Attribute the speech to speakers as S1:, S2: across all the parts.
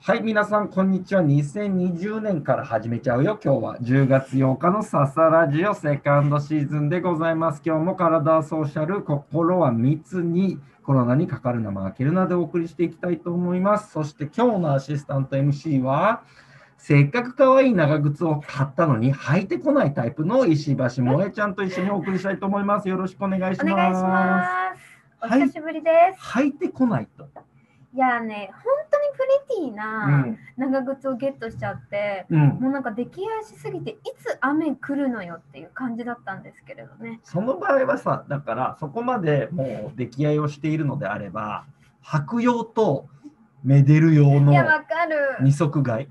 S1: はい、皆さん、こんにちは。2020年から始めちゃうよ。今日は10月8日のササラジオセカンドシーズンでございます。今日も体はソーシャル、心は密にコロナにかかるな、負けるなでお送りしていきたいと思います。そして今日のアシスタント MC は、せっかく可愛い長靴を買ったのに履いてこないタイプの石橋萌えちゃんと一緒にお送りしたいと思います。よろしくお願いし
S2: お
S1: ます。
S2: 願いします。お
S1: はい
S2: 久しぶりです。
S1: 履いてこないと。
S2: い、やーね、本当にプリティ
S1: う。
S2: なん長靴をゲットしちゃって、
S1: うん。
S2: もうなんか出来合いしすぎて、いつ雨来るのよっていう感じだったんですけれどね。
S1: その場合はさ、だからそこまでもう出来合いをしているのであれば、白用とメデル用
S2: い
S1: の
S2: や、わかる。
S1: 二足買い。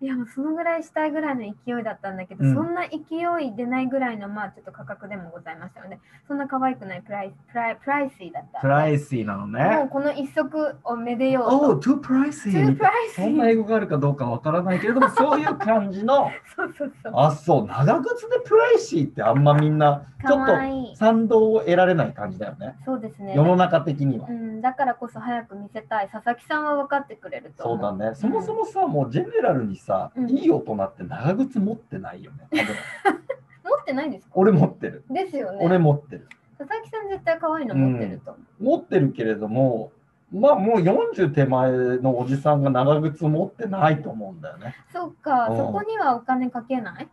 S2: いや、もうそのぐらいしたいぐらいの勢いだったんだけど、
S1: うん
S2: そんな勢い出ないぐらいの、まあちょっと価格でもございましたよね。そんな可愛くないプライプライプライシーだった。
S1: プライシーなの
S2: も
S1: ね
S2: う。この一足をめでよう
S1: お
S2: と。
S1: お、トゥプライシ
S2: トゥ
S1: ー
S2: ープ。ライシ
S1: そんな
S2: ー。
S1: 英語があるかどうかわからないけれども、そういう感じの、
S2: そうそうそう。
S1: あ、そう、長靴でプライシーってあんまみんな、ち
S2: か
S1: ょっ
S2: わいい
S1: と。賛同を得られない感じだよね。
S2: そうですね。
S1: 世の中的には
S2: う。ん、だからこそ早く見せたい佐々木さんは分かってくれると
S1: そうだ
S2: 思う
S1: ね。そもそもさ、もうジェネラルにさ
S2: う、ん
S1: いい大人って長靴持ってないよね。多分
S2: 持ってないんですか
S1: 俺持ってる。
S2: ですよね
S1: 俺持ってる。
S2: 佐々木さん絶対可愛いの持ってると思う、
S1: 持ってるけれども、まあもう40手前のおじさんが長靴持ってないと思うんだよね。
S2: そっか、
S1: うん
S2: そこにはお金かけない、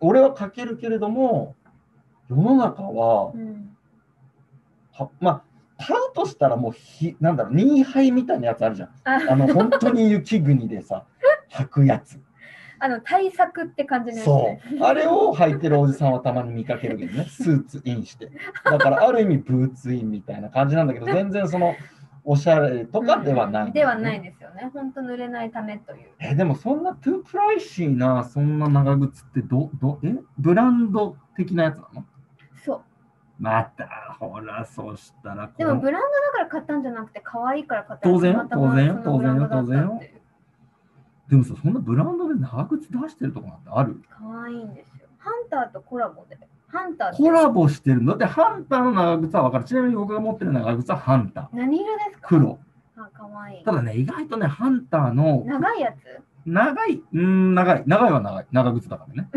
S1: 俺はかけるけれども、世の中は
S2: う、ん、
S1: はまあ、買うとしたらもうひ、なんだろう、ニーハイみたいなやつあるじゃん。
S2: あ
S1: あの、本当に雪国でさ、 履くや つ。
S2: あの対策って感じのやつ
S1: そ
S2: ね
S1: う。あれを履いてるおじさんはたまに見かけるけどね、スーツインして。だから、ある意味、ブーツインみたいな感じなんだけど、全然その、おしゃれとかではない、
S2: うんではないですよね本当濡れないためという
S1: えでもそんなトゥープライシーなそんな長靴ってどどえブランド的なやつなの
S2: そう
S1: またほらそしたらこ
S2: でもブランドだから買ったんじゃなくて可愛いから買った
S1: 当然よ
S2: たまたまその
S1: 当然よ
S2: ブランドだったっていう
S1: でもさそんなブランドで長靴出してるとこなんてある
S2: 可愛いんですよハンターとコラボでハンターって
S1: コラボしてるのだってハンターの長靴は分かるちなみに僕が持ってる長靴はハンター
S2: 何色ですか
S1: 黒
S2: あ可愛い
S1: ただね意外とねハンターの
S2: 長いやつ
S1: 長いうーん長い長いは長い長靴だから ね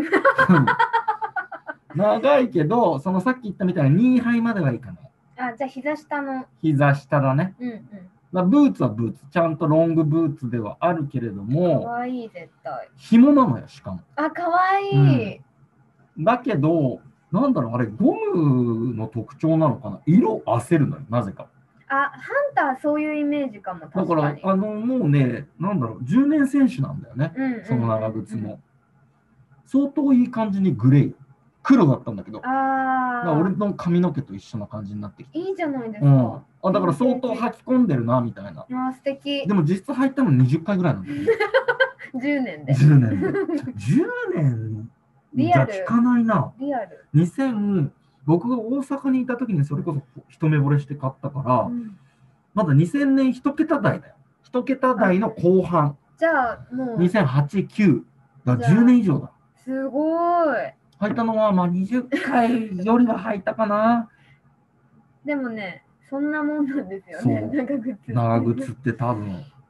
S1: うん長いけどそのさっき言ったみたいな2杯まではいかない
S2: あ、じゃあ膝下の。
S1: 膝下だね
S2: うんうん。
S1: まあ、ブーツはブーツ、ちゃんとロングブーツではあるけれど
S2: か
S1: も、
S2: わいい、絶対。
S1: 紐なのよ、しかも。
S2: あ、かわいい。
S1: だけど、なんだろう、あれ、ゴムの特徴なのかな色あせるのよ、なぜか。
S2: あ、ハンター、そういうイメージかも。
S1: だ
S2: 確
S1: か、
S2: からに。
S1: あの、もうね、なんだろう、10年選手なんだよね、
S2: うんうん
S1: その長靴。も。相当いい感じにグレー、黒だったんだけど、だ
S2: あ
S1: から
S2: あ。
S1: 俺の髪の毛と一緒な感じになってきて。
S2: いいじゃないです
S1: う
S2: か。
S1: ん、あだから相当履き込んでるな、みたいな。
S2: あー、素敵
S1: で。も実質履いたの20回ぐらいなんだよね。
S2: 10年で。
S1: 10年で。10年じゃ聞かないな。
S2: リアル。
S1: 2000、僕が大阪にいた時にそれこそ一目惚れして買ったから、
S2: うん
S1: まだ2000年一桁台だよ。一桁台の後半、
S2: じゃあ、もう、
S1: 2008、9だから
S2: じゃあ
S1: 10年以上だ。
S2: すごい。
S1: 履いたのはまあ20回よりは履いたか な。
S2: でもね、そんなもんなんですよ
S1: そ
S2: ね。
S1: う
S2: 長靴って。
S1: 長靴って多分。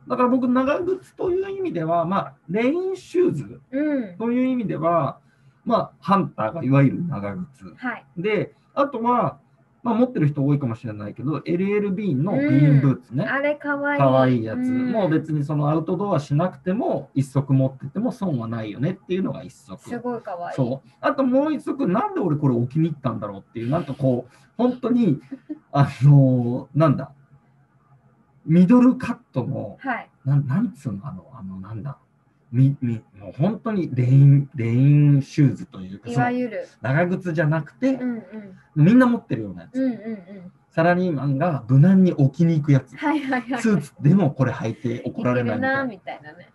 S1: だから僕、長靴という意味では、まあ、レインシューズ
S2: うん。
S1: という意味では、まあ、ハンターがいわゆる長靴。
S2: はい。
S1: で、あとは、まあ、持ってる人多いかもしれないけど、LLB のビーンブーツね。
S2: あれ、かわいい。
S1: かわいいやつ。
S2: ん
S1: もう別にそのアウトドアしなくても、一足持ってても損はないよねっていうのが一
S2: す
S1: 足。
S2: ごいかわいい。
S1: そう。あともう一足、なんで俺これ置きに行ったんだろうっていう、なんかこう、本当 に、あのーなんだ、ミドルカットの、
S2: はい。
S1: ななんつうの、あの、あのなんだ、みみもう本当にレイン、レインシューズというか、
S2: い
S1: そ
S2: わ
S1: の
S2: ゆる。
S1: 長靴じゃなくて、
S2: うんうん。
S1: みんな持ってるようなやつ。
S2: うんうんうん。
S1: サラリーマンが無難に置きに行くやつ。
S2: はいはいはい。
S1: スーツでもこれ履いて怒られないみた
S2: けるない
S1: な。
S2: みたいなね。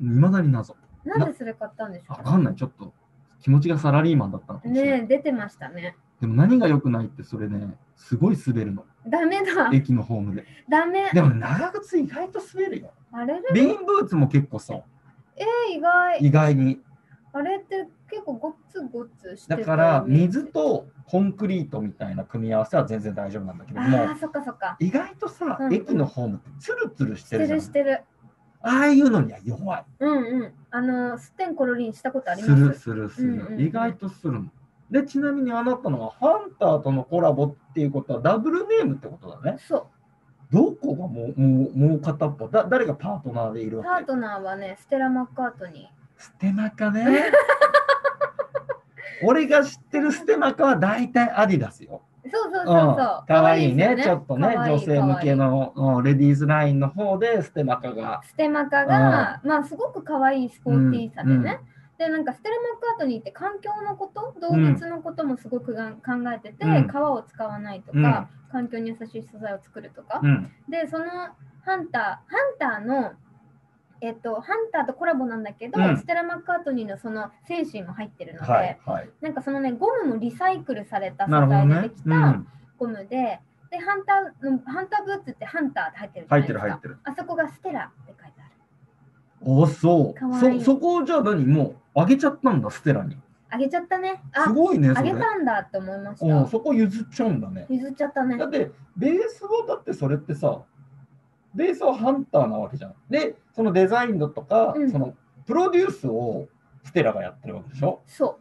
S1: いまだに謎。
S2: なんでそれ買ったんでしょ
S1: わかんない。ちょっと気持ちがサラリーマンだったのか
S2: う
S1: もしれない。
S2: ねえ、出てましたね。
S1: でも何が良くないってそれね、すごい滑るの。
S2: ダメだ。
S1: 駅のホームで。
S2: ダメ。
S1: でもね長靴意外と滑るよ。
S2: あれれ
S1: レインブーツも結構そう。
S2: えー、意外。
S1: 意外に。
S2: あれって結構ごっつごっつしてた
S1: だ
S2: よね
S1: から水。とコンクリートみたいな組み合わせは全然大丈夫なんだけども
S2: ああ、、そっかそっか。
S1: 意外とさ
S2: う、ん
S1: 駅のホームってツルツルし
S2: して
S1: てるじゃ
S2: る
S1: ん
S2: し。てる。
S1: ああいうのには弱い。
S2: うんうん。あの、すってんころりんしたことあり
S1: す
S2: ます
S1: るするする。
S2: うんうん
S1: 意外とするの。で、ちなみにあなたのはハンターとのコラボっていうことはダブルネームってことだね。
S2: そ
S1: どこがもうもうもう片っぽだ誰がパートナーでいる
S2: う。
S1: わけ
S2: パートナーはね、ステラ・マッカートニ
S1: ステマカね。 俺が知ってるステマカは大体アディダスよ。
S2: ー。そうそうそううんそう。
S1: かわいい
S2: ですよ
S1: ね。ちょっとね、
S2: かわいい
S1: 女性向け
S2: かわい
S1: のうんレディースラインの方でステマカが。
S2: いステマカが、まあ、すごく可愛いスポーティーさでね。
S1: うんうん
S2: でなんかステラ・マッカートニーって環境のこと動物のこともすごくが考えてて、
S1: うん
S2: 皮を使わないと
S1: う
S2: か、
S1: ん
S2: 環境に優しい素材を作るとか、
S1: うん。
S2: でそのハンターハンターのえっとハンターとコラボなんだけど、
S1: うん
S2: ステラ・マッカートニーのその精神も入ってるので、
S1: はいはい。
S2: なんかそのねゴムもリサイクルされた素
S1: なるほど
S2: 材で
S1: ね
S2: でき。
S1: う
S2: た
S1: ん。
S2: ゴムで、でハンターのハンターブーツってハンターって入ってるじゃ
S1: 入
S2: な
S1: って
S2: いです
S1: る
S2: か
S1: 入ってる。
S2: あそこがステラって書いてある
S1: おそう
S2: かわいい
S1: そそこをじゃあ何もうあげちゃったんだステラに
S2: あげちゃったね
S1: す
S2: あ
S1: ごいねそ
S2: あ
S1: れ
S2: げたんだって思いまし
S1: うん
S2: た
S1: そこ譲っちゃうんだね
S2: 譲っちゃったね
S1: だってベースはだってそれってさベースはハンターなわけじゃんでそのデザインだとか、
S2: うん
S1: そのプロデュースをステラがやってるわけでしょ
S2: そ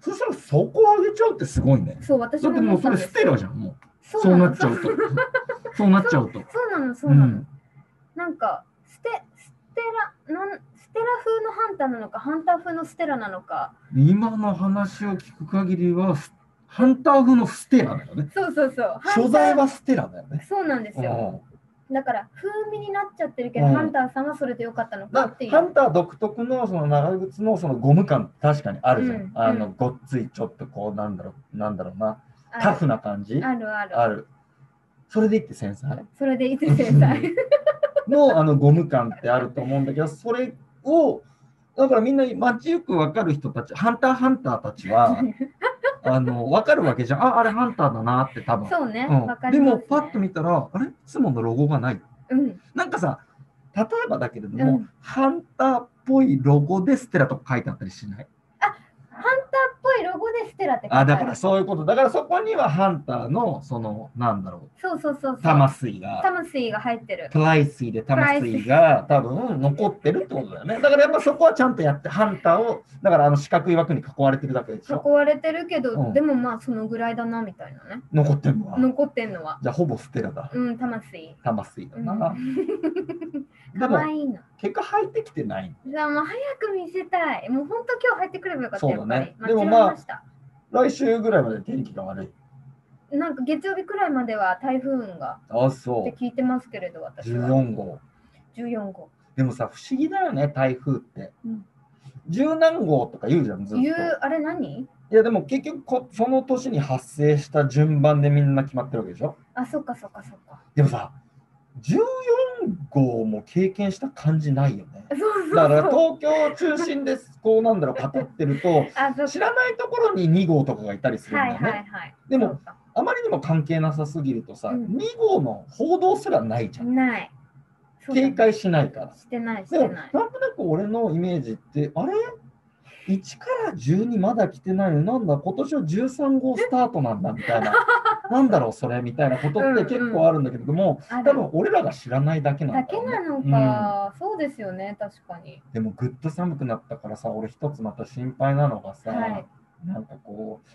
S1: そしたらそこをあげちゃうってすごいね
S2: うそう私
S1: だ
S2: も
S1: っても
S2: 思
S1: うそ
S2: ったん
S1: れ
S2: で
S1: ス
S2: す
S1: テラじゃんもう
S2: そ
S1: そう
S2: う
S1: なっ
S2: なの
S1: ちゃうと そうなっちゃうと
S2: そうなのそう
S1: う
S2: なの、
S1: ん
S2: なんかステステラなんステラ風のハンターなのかハンター風のステラなのか
S1: 今の話を聞く限りはスハンター風のステラだよね
S2: そうそうそう
S1: 所在
S2: ハン
S1: はステラだよ
S2: タ
S1: ね
S2: ーそうなんですよ
S1: うん
S2: だから風味になっちゃってるけど、
S1: うん
S2: ハンターさんはそれでよかったの
S1: な
S2: かっていう
S1: ハンター独特のその長靴のそのゴム感確かにあるじゃん、
S2: うん
S1: あ
S2: う
S1: の
S2: ん
S1: ごっついちょっとこうなんだろうなんだろうな
S2: ある
S1: タフな感じ
S2: あるある
S1: あるそれでいって繊細
S2: それでいつ制裁
S1: のあのゴム感ってあると思うんだけどそれをだからみんな街行く分かる人たちハンターハンターたち はあの分かるわけじゃんああれハンターだなって多分
S2: そうね
S1: うん
S2: わ、か
S1: で
S2: ります、ね、
S1: もパッと見たらあれいつものロゴがない
S2: うん
S1: なんかさ例えばだけれども、
S2: うん
S1: ハンターっぽいロゴでステラとか書いてあったりしない
S2: ハンターっぽいロゴでステラって書いて
S1: あ
S2: る
S1: だからそういうことだからそこにはハンターのそのなんだろ
S2: そうそうそうそう
S1: う魂
S2: タ
S1: が
S2: マスイが入ってる
S1: プライスで魂が多分残ってるってことだよねだからやっぱそこはちゃんとやってハンターをだからあの四角い枠に囲われてるだけでしょ
S2: 囲われてるけど、
S1: うん
S2: でもまあそのぐらいだなみたいなね
S1: 残ってるのは
S2: 残ってんのは
S1: じゃあほぼステラだ
S2: うんタマスイ
S1: 魂だ
S2: うん
S1: な、で
S2: かわ
S1: も
S2: いいな
S1: 結果入ってきてない
S2: じゃあもう早く見せたい。もう本当今日入ってくればよかった。
S1: そうだね
S2: やっぱ
S1: で
S2: り
S1: も
S2: 間違えました。
S1: 来週ぐらいまで天気が悪い
S2: なんか月曜日くらいまでは台風雲が
S1: あ
S2: っ
S1: そ
S2: て聞いてますけれど、
S1: う
S2: 私は。
S1: 14号
S2: 14号。
S1: でもさ不思議だよね台風って、
S2: うん
S1: 十何号とか言うじゃんずっと
S2: 言う、あれ何
S1: いやでも結局こその年に発生した順番でみんな決まってるわけでしょ
S2: あ、そっかそっかそっか。
S1: でもさ14号も経験した感じないよね
S2: そうそう
S1: だから
S2: そう。
S1: 東京中心です こうなんだろう語ってると
S2: あ、そっ
S1: 知
S2: か。
S1: らないところに2号とかがいたりするん
S2: は
S1: だ
S2: い
S1: よね、
S2: はいはい。
S1: で
S2: そ
S1: も
S2: うか、
S1: あまりにも関係なさすぎるとさ、
S2: うん
S1: 2号の報道すらないじゃん
S2: ない。そうだね
S1: 警戒しないから
S2: してない、し
S1: でも
S2: て
S1: な
S2: なんい。
S1: となく俺のイメージってあれ1から12まだ来てないのなんだ今年は13号スタートなんだみたいな なんだろうそれみたいなことって結構あるんだけれども、
S2: あ
S1: 多
S2: る
S1: 分俺らが知らないだけなんだ
S2: だ
S1: ろう
S2: け
S1: ね
S2: なのか、そうですよね、確かに。
S1: でもぐっと寒くなったからさ俺一つまた心配なのがさ、
S2: はい
S1: なんかこう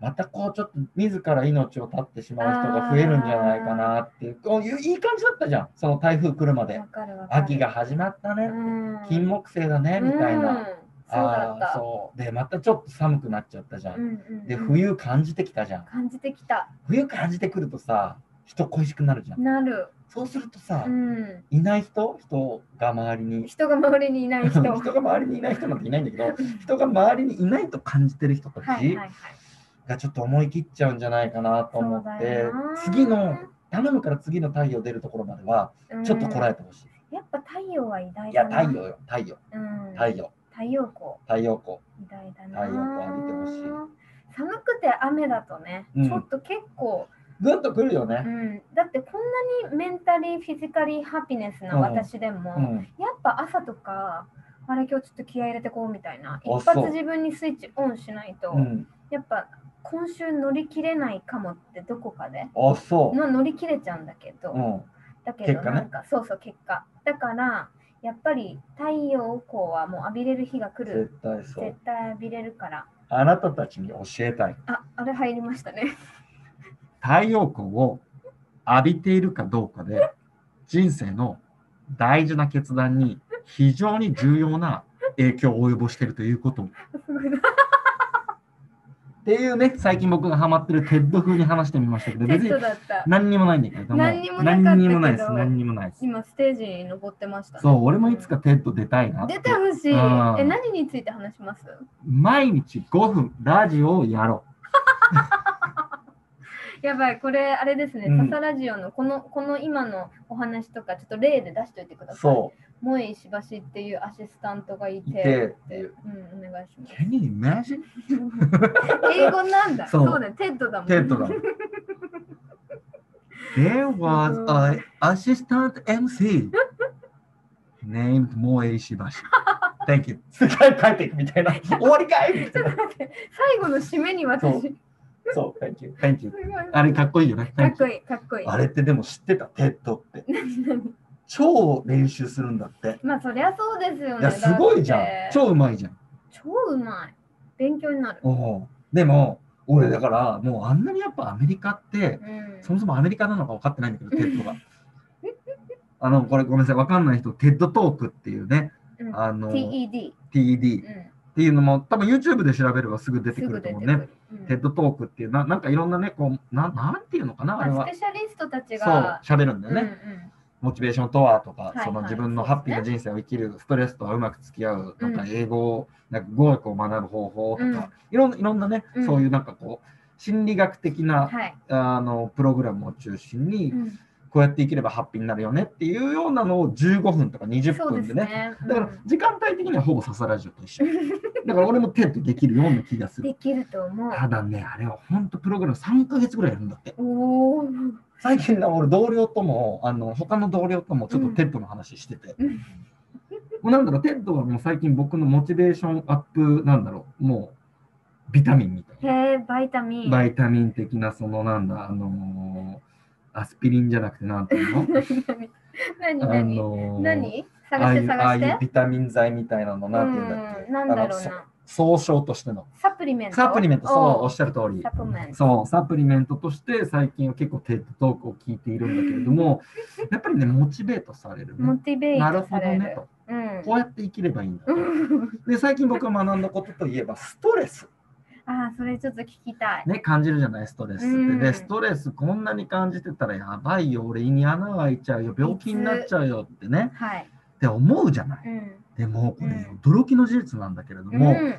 S1: またこうちょっと自ら命を絶ってしまう人が増えるんじゃないかなっていうこういういい感じだったじゃんその台風来るまで
S2: わかるわかる。
S1: 秋が始まったね、
S2: うん、
S1: 金木犀だねみたいな。
S2: うんそうだ
S1: あ
S2: っ
S1: あー
S2: た。
S1: そうでまたちょっと寒くなっちゃったじゃん、
S2: うんうんうん
S1: で冬感じてきたじゃん
S2: 感じてきた。
S1: 冬感じてくるとさ人恋しくなるじゃん、
S2: なる。
S1: そうするとさ、
S2: うん。
S1: いない人人が周りに
S2: 人が周りにいない人。
S1: 人が周りにいない人なんていないんだけど人が周りにいないと感じてる人た
S2: はい
S1: ち
S2: はいはい。
S1: がちょっと思い切っちゃうんじゃないかなと思って、
S2: そうだよな
S1: 次の頼むから次の太陽出るところまではちょっとこらえてほしい、
S2: うんやっぱ太陽は偉大
S1: いや
S2: だな。
S1: 太陽よ太陽
S2: うん。
S1: 太陽
S2: 太陽光
S1: 太陽光
S2: 偉大だな。
S1: 太陽光浴びてほしい
S2: 寒くて雨だとね、
S1: うん
S2: ちょっと結構、
S1: ぐっとくるよ
S2: う
S1: ね、
S2: ん、だってこんなにメンタリー、フィジカリー、ハピネスな私でも、
S1: うん
S2: やっぱ朝とか、あれ今日ちょっと気合い入れてこうみたいな、
S1: そう
S2: 一発自分にスイッチオンしないと、
S1: うん、
S2: やっぱ今週乗り切れないかもってどこかで、
S1: あそう、
S2: まあ乗り切れちゃうんだけど、
S1: うん
S2: だけど
S1: 結果ね
S2: なんか、そうそう結果だからやっぱり太陽光はもう浴びれる日が来る
S1: 絶。対そう
S2: 絶。対浴びれるから。
S1: あなたたちに教えたい。
S2: あ、あれ入りまし たね。
S1: 太陽光を浴びているかどうかで、人生の大事な決断に非常に重要な影響を及ぼしているということ。っ
S2: すごいな。
S1: ていうね、最近僕がハマってるテッド風に話してみましたけど、
S2: テ
S1: 別に
S2: ッドだった。
S1: 何にもないんだけれども、
S2: 何にもなかったけど
S1: 何にもないです、何にもないです。
S2: 今ステージに登ってましたね、
S1: そう、俺もいつかテッド出たいなって
S2: 出て。ほしい。
S1: うん
S2: え、何について話します
S1: 毎日5分ラジオをやろ
S2: やばい、これあれですね。
S1: うん
S2: ササラジオのこのこの今のお話とか、ちょっと例で出しておいてくだ
S1: う。
S2: さい。
S1: そ。
S2: 萌え石橋っていうアシスタントがいうて。
S1: いてっていう。
S2: うん、お願いします。
S1: Can you imagine?
S2: 英語なんだ。
S1: そ
S2: そううだ、テッドだもん。
S1: テッドだもん。There was a assistant MC named 萌え石橋。Thank you. 世界帰っていくみたいな。終わりかいみたいな。
S2: 最後の締めに私。
S1: そう
S2: す
S1: そう、Thank you. Thank you.
S2: ごいか
S1: あれかっこいいよね。
S2: っ
S1: Thank
S2: こ
S1: you.
S2: いい、かっこいい。
S1: あれってでも知ってた、テッドって。超練習するんだって。
S2: まあそりゃそうですよね。
S1: いや、すごいじゃん
S2: だっ。て
S1: 超うまいじゃん。
S2: 超うまい。勉強になる。
S1: おおでも、俺だから、もうあんなにやっぱアメリカって、
S2: うん。
S1: そもそもアメリカなのか分かってないんだけど、テッドが。あの、これごめんなさい、分かんない人、テッドトークっていうね、
S2: うん
S1: あの、
S2: TED。
S1: TED
S2: う
S1: っ
S2: ん。
S1: ていうのも、多分 YouTube で調べればすぐ出て
S2: す
S1: く
S2: ぐ
S1: ると
S2: 出て
S1: 思
S2: く
S1: う
S2: る。
S1: ね。
S2: うん
S1: テッドトークっていう、ななんかいろんなね、こう、ななんていうのかな、あれ
S2: まあ
S1: は
S2: スペ。シャリストたち
S1: そう
S2: が、。
S1: 喋るんだよ
S2: うん
S1: ね。
S2: うん
S1: モチベーションとはとか、
S2: いはい
S1: その自分の
S2: そうです
S1: ハ
S2: ね
S1: ッピーな人生を生きる、ストレスとはうまく付き合う、なんか
S2: うん
S1: 英語を、なんか語学を学ぶ方法とか、
S2: うん
S1: いろんいろんなね、
S2: うん
S1: そういうなんかこう、心理学的な、
S2: はい。
S1: あのプログラムを中心に、
S2: うん
S1: こうやって生きればハッピーになるよねっていうようなのを15分とか20
S2: そう
S1: 分で
S2: で
S1: すね。
S2: ね。
S1: だから時間帯的にはほぼササラジオと一緒。だから俺もテントできるような気がす
S2: うん
S1: る。
S2: できると思う。
S1: ただね、あれは本当プログラム3ヶ月ぐらいやるんだって。
S2: おお。
S1: 最近の俺同僚とも、あの他の同僚ともちょっとテントの話してて。
S2: うん
S1: もうなんだろう、テントはもう最近僕のモチベーションアップ、なんだろう、もうビタミンみたい
S2: へ
S1: な。
S2: え、バイタミン。
S1: バイタミン的な、そのなんだ、あのーアスピリンじゃなくて、なんていうの
S2: 何
S1: あ
S2: 何
S1: のー
S2: 何
S1: ああ
S2: 探し
S1: い
S2: て
S1: うああ
S2: 探し
S1: い
S2: て
S1: う。ビタミン剤みたいなの
S2: う
S1: なんていうんだっけ、
S2: ん、なんだろう
S1: あの
S2: な。
S1: そ総称としての
S2: サプリメント。
S1: サプリメントそうお
S2: お
S1: っしゃる通り
S2: サプリメント。
S1: そうサプリメントとして最近は結構テッドトークを聞いているんだけれど もやっぱりねモチベートされる、
S2: モ
S1: ね、
S2: チベ
S1: な
S2: ー
S1: る
S2: ト
S1: ほ
S2: さ
S1: ど
S2: れ
S1: ね
S2: る。
S1: と
S2: うん
S1: こうやって生きればいいんだ
S2: うん
S1: で最近僕が学んだことといえばストレス
S2: ああ、それちょっと聞きたい。
S1: ね感じるじゃないストレスって、
S2: うん
S1: でストレスこんなに感じてたらやばいよ俺胃に穴が開いちゃうよ病気になっちゃうよってね
S2: はい。
S1: って思うじゃない
S2: うん。
S1: でもこれ
S2: うん
S1: 驚きの事実なんだけれども、
S2: うん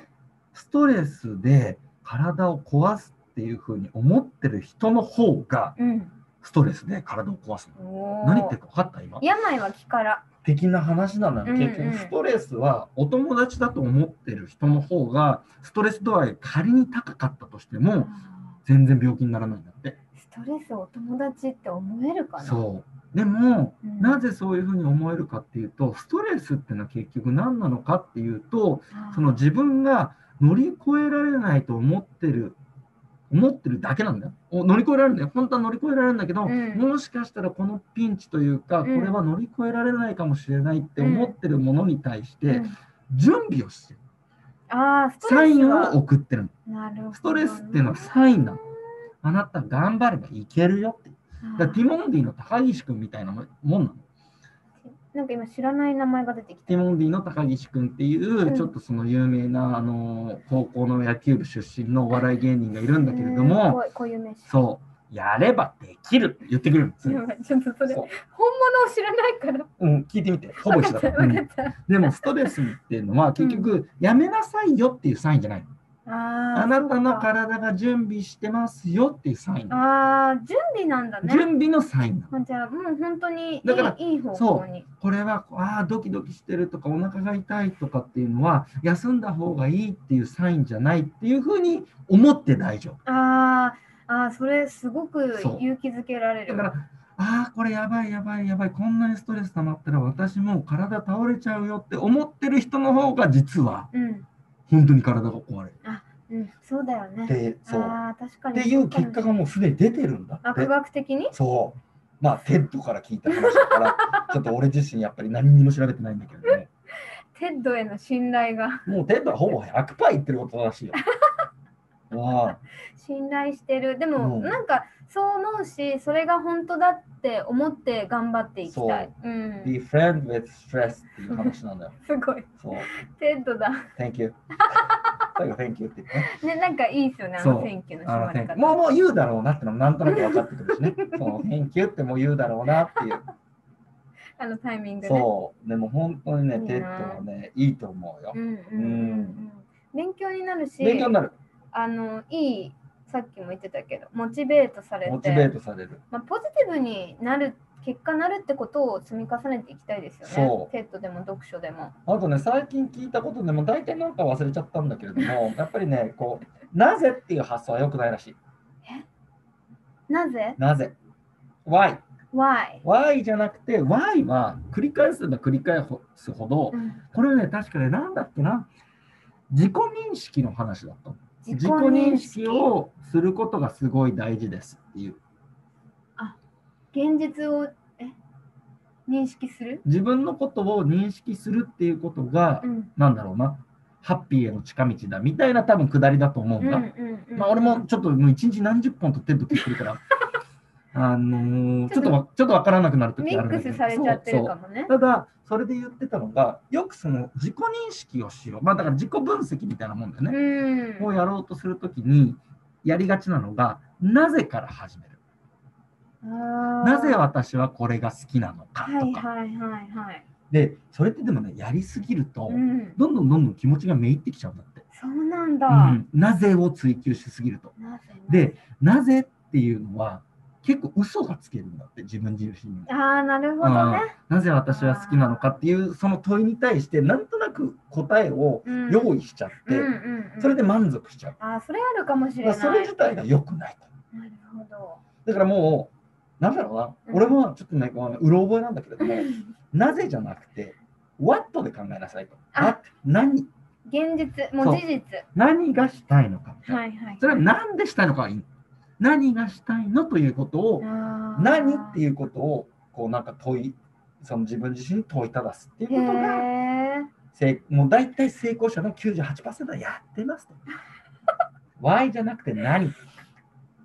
S1: ストレスで体を壊すっていうふうに思ってる人の方が
S2: うん。
S1: ストレスで体を壊すの。
S2: おお。
S1: 何言ってるか分かった今
S2: 病は気から。
S1: 的な話なのよ。
S2: うんうん
S1: 結局ストレスはお友達だと思ってる人の方がストレス度合いが仮に高かったとしても全然病気にならないんだって。
S2: ストレスをお友達って思えるかな。
S1: そう。でも
S2: うん。
S1: なぜそういうふうに思えるかっていうとストレスっていうのは結局何なのかっていうと
S2: あー
S1: その自分が乗り越えられないと思ってる、思ってるだけなんだよ。お乗り越えられるんだよ。本当は乗り越えられるんだけど、
S2: うん
S1: もしかしたらこのピンチというか、
S2: うん
S1: これは乗り越えられないかもしれないって思ってるものに対し
S2: う
S1: て、
S2: ん
S1: 準備をしてる。
S2: ああ、スト
S1: サ
S2: レ
S1: イ
S2: ス
S1: ンを
S2: は。
S1: 送ってるの。
S2: なるほどね
S1: ストレスっていうのはサインなの。あなた頑張ればいけるよって。だからティモンディの高岸君みたいなももんなの。
S2: なんか今知らない名前が出てきた。
S1: ティモンディの高岸君っていう、
S2: うん
S1: ちょっとその有名な、あの高校の野球部出身のお笑い芸人がいるんだけれども、
S2: うん、こういう名詞。
S1: そう、やればできるって言ってくるんです
S2: や
S1: よ。
S2: ばいちょっとそれ、
S1: そ
S2: 本
S1: う
S2: 物を知らないから。
S1: うん、聞いてみて、ほぼ一緒だから、う
S2: 分か
S1: ん
S2: った。分かっ
S1: でもストレスっていうのは結局、やめなさいよっていうサインじゃない。
S2: た。ああ。
S1: あなた
S2: そ
S1: の
S2: う
S1: 体が準備してますよっていうサイン。
S2: ああ、準備なんだね。
S1: 準備のサインなの。
S2: じゃあ、もう本当にいい
S1: だから
S2: いい方向に。
S1: これは、ああ、ドキドキしてるとか、お腹が痛いとかっていうのは、休んだ方がいいっていうサインじゃないっていうふうに思って大丈夫。
S2: ああ、ああ、それすごく
S1: そう
S2: 勇気づけられ
S1: だ
S2: る。
S1: から、ああ、これやばいやばいやばい、こんなにストレス溜まったら私もう体倒れちゃうよって思ってる人の方が実は
S2: うん、
S1: 本当に体が壊れる。
S2: うん、そうだよね。
S1: で、そう。
S2: ああ、確か
S1: っ
S2: に。
S1: ていう結果がもうすでに出てるんだっ
S2: あ
S1: て
S2: 科。学的に
S1: そう。まあ、テッドから聞いた話だから、 ちょっと俺自身やっぱり何にも調べてないんだけどね。
S2: テッドへの信頼が
S1: もうテッドはほぼ100%言ってることらしいよ。 あ
S2: 信頼してるでも、
S1: うん
S2: なんかそう思うしそれが本当だって思って頑張っていきたい、う
S1: あ、
S2: ん、
S1: befriend with stress っていう話なんだよ。
S2: すごい
S1: そう、
S2: テッドだ
S1: thank you。最後、thank you って言ってね。
S2: ねなんかいいですよねあ
S1: そ
S2: の
S1: う
S2: 選挙の
S1: あの
S2: まれ
S1: thank-
S2: 方
S1: もうもう言うだろうなってのもなんとなく分かってくるしね。 そう、thank you ってもう言うだろうなっていう。
S2: あのタイミングで、ね、
S1: そう、でも本当にね、
S2: いいな
S1: テッドはね、いいと思うよ
S2: う。んうんうんうん勉強になるし
S1: 勉強になる。
S2: あのいいさっきも言ってたけどモチベートされ
S1: モチベ
S2: て
S1: ー、トされる。
S2: まあ、ポジティブになる結果なるってことを積み重ねていきたいですよ
S1: そ
S2: ね
S1: う
S2: テッドでも読書でも
S1: あとね、最近聞いたことでも大体なんか忘れちゃったんだけれども、 やっぱりね、こう、なぜっていう発想は良くないらしい。
S2: なぜ
S1: なぜ ?why。
S2: ?Why?
S1: why じゃなくて、why は繰り返せば繰り返すほど、
S2: うん
S1: これね、確かね、なんだっけな、自己認識の話だった。自己認識をすることがすごい大事ですっていう。
S2: 現実をえ認識する、
S1: 自分のことを認識するっていうことが、
S2: うん、
S1: なんだろうな、ハッピーへの近道だみたいな多分下りだと思う
S2: うん
S1: んだ。
S2: うんうん
S1: まあ、俺もちょっともう一日何十本とテッド切ってる から、あのーちょっとわちょっとわからなくなると
S2: ミ
S1: きある
S2: ッ
S1: んだ
S2: ク
S1: けど
S2: スされちゃって
S1: そ
S2: る
S1: うそ
S2: か
S1: う
S2: もね
S1: ただ、それで言ってたのが、よくその自己認識をしよう。まあ、だから自己分析みたいなもんだよね。
S2: うん
S1: をやろうとするときに、やりがちなのが、なぜから始める。な
S2: な
S1: ぜ私はこれが好きなのかとか。
S2: はいはいはいはい、
S1: で、それってでもね、やりすぎると、
S2: うん、
S1: どんどんどんどん気持ちがめいってきちゃうんだって。
S2: そうなんだ、
S1: うん、なぜを追求しすぎると。
S2: なぜな
S1: で、なぜっていうのは、結構嘘がつけるんだって、自分自身に。
S2: ああなるほどね、
S1: なぜ私は好きなのかっていう、その問いに対して、なんとなく答えを
S2: うん、
S1: 用意しちゃっ
S2: うん
S1: て、
S2: うんうん、
S1: それで満足しちゃう。
S2: あーそれあるかもしれ
S1: ま
S2: な
S1: あ
S2: い。
S1: それ自体が良くないと。
S2: なるほど。
S1: だからもう、なんだろうな、
S2: うん
S1: 俺もちょっとね、こううろ覚えなんだけれども、なぜじゃなくて、what で考えなさいと。
S2: あ
S1: What 何
S2: 現実、もう事実。
S1: 何がしたいのか。
S2: はいはい。
S1: それは何でしたいのかはいい。何がしたいのということを、
S2: あー
S1: 何っていうことを、こうなんか問い、その自分自身に問いただすっていうことが、
S2: へー
S1: 成もう大体成功者の98%はやってますと。why じゃなくて何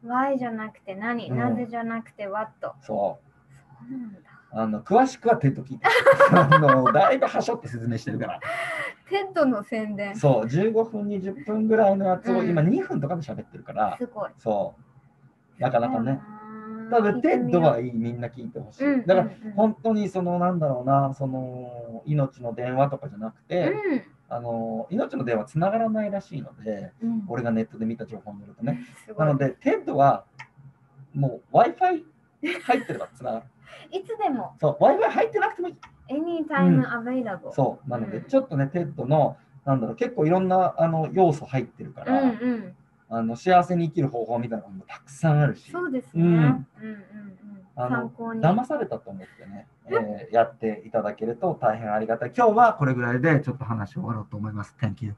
S2: Why じゃなくて何、
S1: うん
S2: なぜじゃなくて What。そ
S1: そう。
S2: うなんだ
S1: あの詳しくはテッド聞いて。あのだいぶはしょって説明してるから。
S2: テッドの宣伝。す
S1: そう、15分、20分ぐらいのやつを今2分とかで喋ってるから、
S2: ごい。
S1: そう。なかなかね。
S2: あー。
S1: ただ、テッド
S2: 聞い
S1: はいい、みんな聞いてほして
S2: みよう
S1: い。だから、、
S2: うんうんうん
S1: 本当にその、なんだろうな、その、命の電話とかじゃなくて、あの、命の電話繋がらないらしいので、
S2: うんうん、
S1: 俺がネットで見た情報によるとね。
S2: すご
S1: ないので、テッドは、もう Wi-Fi 入ってれば繋がる。
S2: いつでも
S1: そう、Wi-Fi 入ってなくてもいい。
S2: Anytime Available。
S1: そう。なので、
S2: うん
S1: ちょっとね、テッドの、なんだろう、結構いろんなあの要素入ってるか
S2: うん
S1: ら、
S2: うん。
S1: あの幸せに生きる方法みたいなのもたくさんあるし、
S2: そうですね。
S1: う
S2: うんんうんうん。
S1: あの
S2: 参考に。
S1: 騙されたと思ってね、えーやっていただけると大変ありがたい。今日はこれぐらいでちょっと話を終わろうと思います。Thank you.